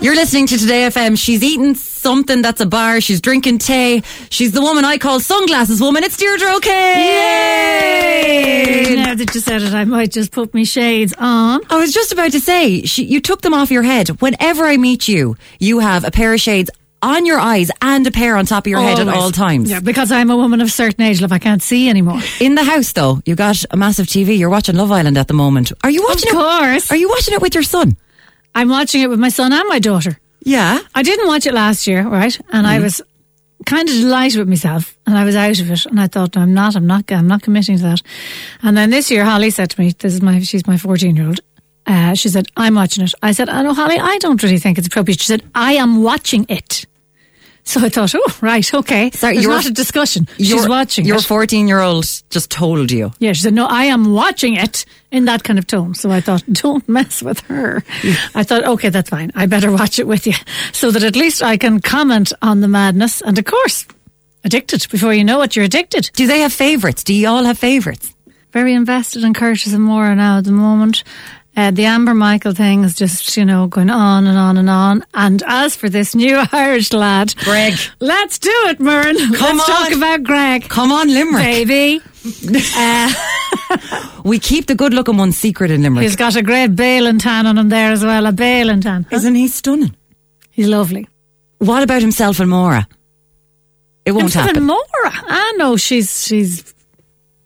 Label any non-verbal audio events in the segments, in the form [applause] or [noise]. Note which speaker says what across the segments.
Speaker 1: You're listening to Today FM. She's eating something that's a bar. She's drinking tea. She's the woman I call sunglasses woman. It's Deirdre O'Kane.
Speaker 2: Now that you said it, I might just put my shades on.
Speaker 1: I was just about to say, she, you took them off your head. Whenever I meet you, you have a pair of shades on your eyes and a pair on top of your head at
Speaker 2: Always.
Speaker 1: all times.
Speaker 2: Yeah, because I'm a woman of certain age, love, I can't see anymore.
Speaker 1: In the house, though, you got a massive TV. You're watching Love Island at the moment. Are you watching
Speaker 2: Of
Speaker 1: it?
Speaker 2: course.
Speaker 1: Are you watching it with your son?
Speaker 2: I'm watching it with my son and my daughter.
Speaker 1: Yeah.
Speaker 2: I didn't watch it last year, right? And
Speaker 1: Mm-hmm.
Speaker 2: I was kind of delighted with myself and I was out of it and I thought I'm not I'm not I'm not committing to that. And then this year Holly said to me, this is my she's my 14-year-old. Uh, she said, I'm watching it. I said, I know, Holly, I don't really think it's appropriate. She said, I am watching it. So I thought, oh, right, okay.
Speaker 1: Sorry,
Speaker 2: There's
Speaker 1: your-
Speaker 2: not a discussion. She's
Speaker 1: Your-
Speaker 2: watching
Speaker 1: Your
Speaker 2: it.
Speaker 1: 14 year old just told you.
Speaker 2: Yeah, she said, No, I am watching it in that kind of tone. So I thought, Don't mess with her. I thought, Okay, that's fine. I better watch it with you so that at least I can comment on the madness. And of course, addicted. Before you know it, you're addicted.
Speaker 1: Do they have favourites? Do you all have favourites?
Speaker 2: Very invested in Curtis and Mora now at the moment. Uh, the Amber Michael thing is just, you know, going on and on and on. And as for this new [laughs] Irish lad,
Speaker 1: Greg.
Speaker 2: let's do it, Murren.
Speaker 1: Come on.
Speaker 2: let's talk about Greg.
Speaker 1: Come on, Limerick.
Speaker 2: Baby,
Speaker 1: We keep the good looking one secret in Limerick.
Speaker 2: he's got a great bail and tan on him there as well. A bail and tan.
Speaker 1: Isn't he stunning?
Speaker 2: He's lovely.
Speaker 1: What about himself and Maura? It won't
Speaker 2: and
Speaker 1: happen.
Speaker 2: Mora. I know Ah, she's she's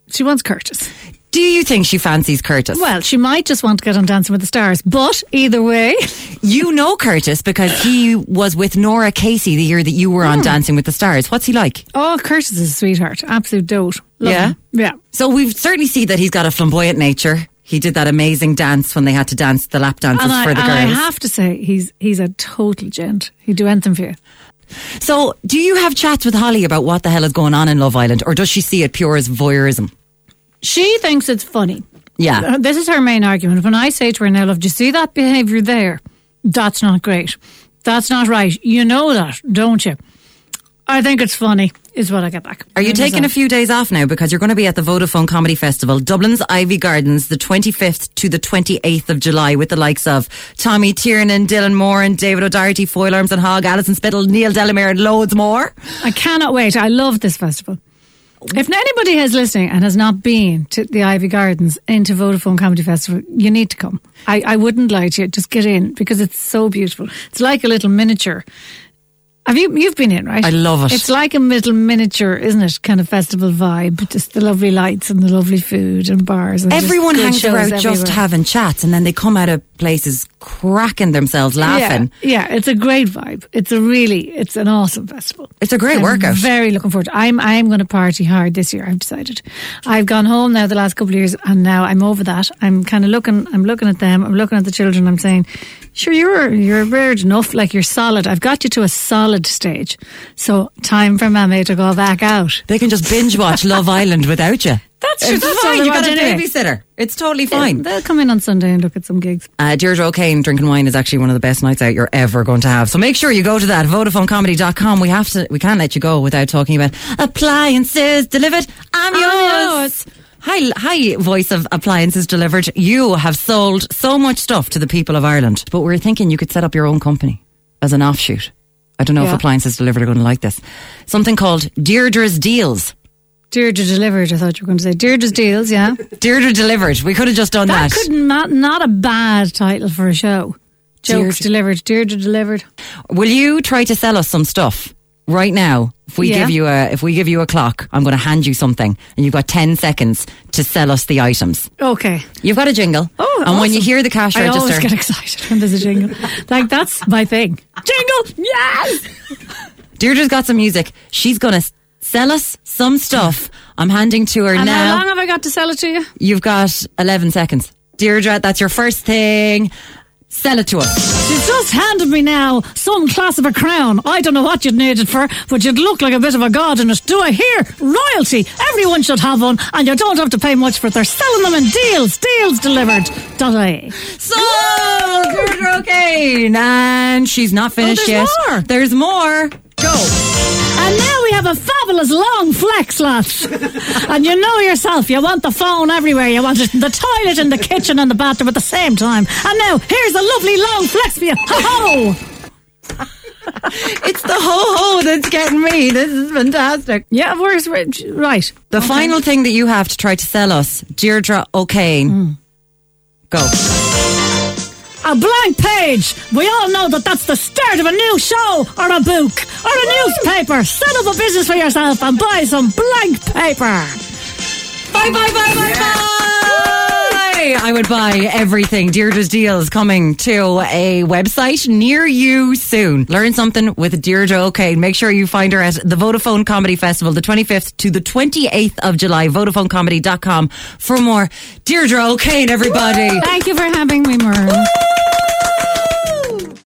Speaker 2: she wants Curtis.
Speaker 1: Do you think she fancies Curtis?
Speaker 2: Well, she might just want to get on Dancing with the Stars, but either way, [laughs]
Speaker 1: you know Curtis because he was with Nora Casey the year that you were on
Speaker 2: Hmm.
Speaker 1: Dancing with the Stars. What's he like?
Speaker 2: oh, Curtis is a sweetheart, absolute dote. Love
Speaker 1: Yeah?
Speaker 2: him. yeah.
Speaker 1: So we certainly see that he's got a flamboyant nature. He did that amazing dance when they had to dance the lap dances
Speaker 2: And, I,
Speaker 1: for the
Speaker 2: and I
Speaker 1: girls.
Speaker 2: have to say, he's he's a total gent. He'd do anything for you.
Speaker 1: so, do you have chats with Holly about what the hell is going on in Love Island, or does she see it pure as voyeurism?
Speaker 2: She thinks it's funny.
Speaker 1: Yeah.
Speaker 2: Uh, This is her main argument. When I say to her now, love, do you see that behaviour there? That's not great. That's not right. You know that, don't you? I think it's funny, is what I get back.
Speaker 1: Are you taking a few days off now because you're going to be at the Vodafone Comedy Festival, Dublin's Ivy Gardens, the 25th to the 28th of July with the likes of Tommy Tiernan, Dylan Moore and David O'Doherty, Foyle Arms and Hogg, Alison Spittle, Neil Delamere and loads more.
Speaker 2: I cannot wait. I love this festival. If anybody is listening and has not been to the Ivy Gardens into Vodafone Comedy Festival, you need to come. I, I wouldn't lie to you. Just get in because it's so beautiful. It's like a little miniature. Have you you've been in, right?
Speaker 1: I love it.
Speaker 2: It's like a little miniature, isn't it? Kind of festival vibe. Just the lovely lights and the lovely food and bars. And just
Speaker 1: Everyone
Speaker 2: good
Speaker 1: hangs
Speaker 2: shows
Speaker 1: around just
Speaker 2: everywhere.
Speaker 1: having chats and then they come out of places cracking themselves laughing.
Speaker 2: Yeah, yeah, it's a great vibe. It's a really, it's an awesome festival.
Speaker 1: It's a great
Speaker 2: I'm
Speaker 1: workout.
Speaker 2: Very looking forward. To, I'm I'm going to party hard this year. I've decided. I've gone home now the last couple of years, and now I'm over that. I'm kind of looking. I'm looking at them. I'm looking at the children. I'm saying, sure, you're you're weird enough. Like you're solid. I've got you to a solid stage. So time for mammy to go back out.
Speaker 1: They can just binge watch Love Island without you.
Speaker 2: That's
Speaker 1: It's
Speaker 2: that's all
Speaker 1: fine.
Speaker 2: they
Speaker 1: You
Speaker 2: want
Speaker 1: got a
Speaker 2: anyway.
Speaker 1: babysitter. It's totally fine.
Speaker 2: They'll come in on Sunday and look at some gigs.
Speaker 1: Uh, Deirdre O'Kane drinking wine is actually one of the best nights out you're ever going to have. So make sure you go to that VodafoneComedy.com. We have to, we can't let you go without talking about appliances delivered. I'm yours.
Speaker 2: yours.
Speaker 1: Hi, hi, voice of appliances delivered. You have sold so much stuff to the people of Ireland, but we're thinking you could set up your own company as an offshoot. I don't know if
Speaker 2: Yeah.
Speaker 1: appliances delivered are going to like this. Something called Deirdre's Deals.
Speaker 2: Deirdre delivered. I thought you were going to say Deirdre's deals. Yeah.
Speaker 1: Deirdre delivered. We could have just done that.
Speaker 2: That could not not a bad title for a show. Jokes
Speaker 1: Deirdre.
Speaker 2: delivered, Deirdre delivered.
Speaker 1: Will you try to sell us some stuff right now? If we
Speaker 2: Yeah.
Speaker 1: give you a if we give you a clock, I'm going to hand you something, and you've got ten seconds to sell us the items.
Speaker 2: Okay.
Speaker 1: You've got a jingle.
Speaker 2: Oh,
Speaker 1: and when
Speaker 2: awesome.
Speaker 1: you hear the cash
Speaker 2: I
Speaker 1: register,
Speaker 2: always get excited when there's a jingle. like that's my thing. Jingle, yes.
Speaker 1: Deirdre's got some music. She's going to sell us some stuff. I'm handing to her
Speaker 2: And how
Speaker 1: now.
Speaker 2: long have I got to sell it to you?
Speaker 1: You've got eleven seconds, Deirdre. That's your first thing. Sell it to us.
Speaker 2: She's just handed me now some class of a crown. I don't know what you'd need it for, but you'd look like a bit of a god in it. Do I hear royalty? Everyone should have one, and you don't have to pay much for it. They're selling them in deals, deals delivered. Dot I.
Speaker 1: Sold, Deirdre O'Kane, and she's not finished
Speaker 2: Oh, there's
Speaker 1: yet.
Speaker 2: more.
Speaker 1: There's more. Go.
Speaker 2: And now we have a fabulous long flex lot. and you know yourself, you want the phone everywhere. You want it in the toilet, in the kitchen, and the bathroom at the same time. And now here's a lovely long flex for you. Ho ho!
Speaker 1: it's the ho ho that's getting me. This is fantastic.
Speaker 2: Yeah, where's right?
Speaker 1: The final thing that you have to try to sell us, Deirdre O'Kane. Go.
Speaker 2: A blank page. We all know that that's the start of a new show or a book or a newspaper. Set up a business for yourself and buy some blank paper.
Speaker 1: Bye, bye, bye, bye, bye. I would buy everything. Deirdre's Deal is coming to a website near you soon. Learn something with Deirdre O'Kane. Make sure you find her at the Vodafone Comedy Festival, the 25th to the 28th of July, VodafoneComedy.com for more Deirdre O'Kane, everybody.
Speaker 2: Thank you for having me, Maroon.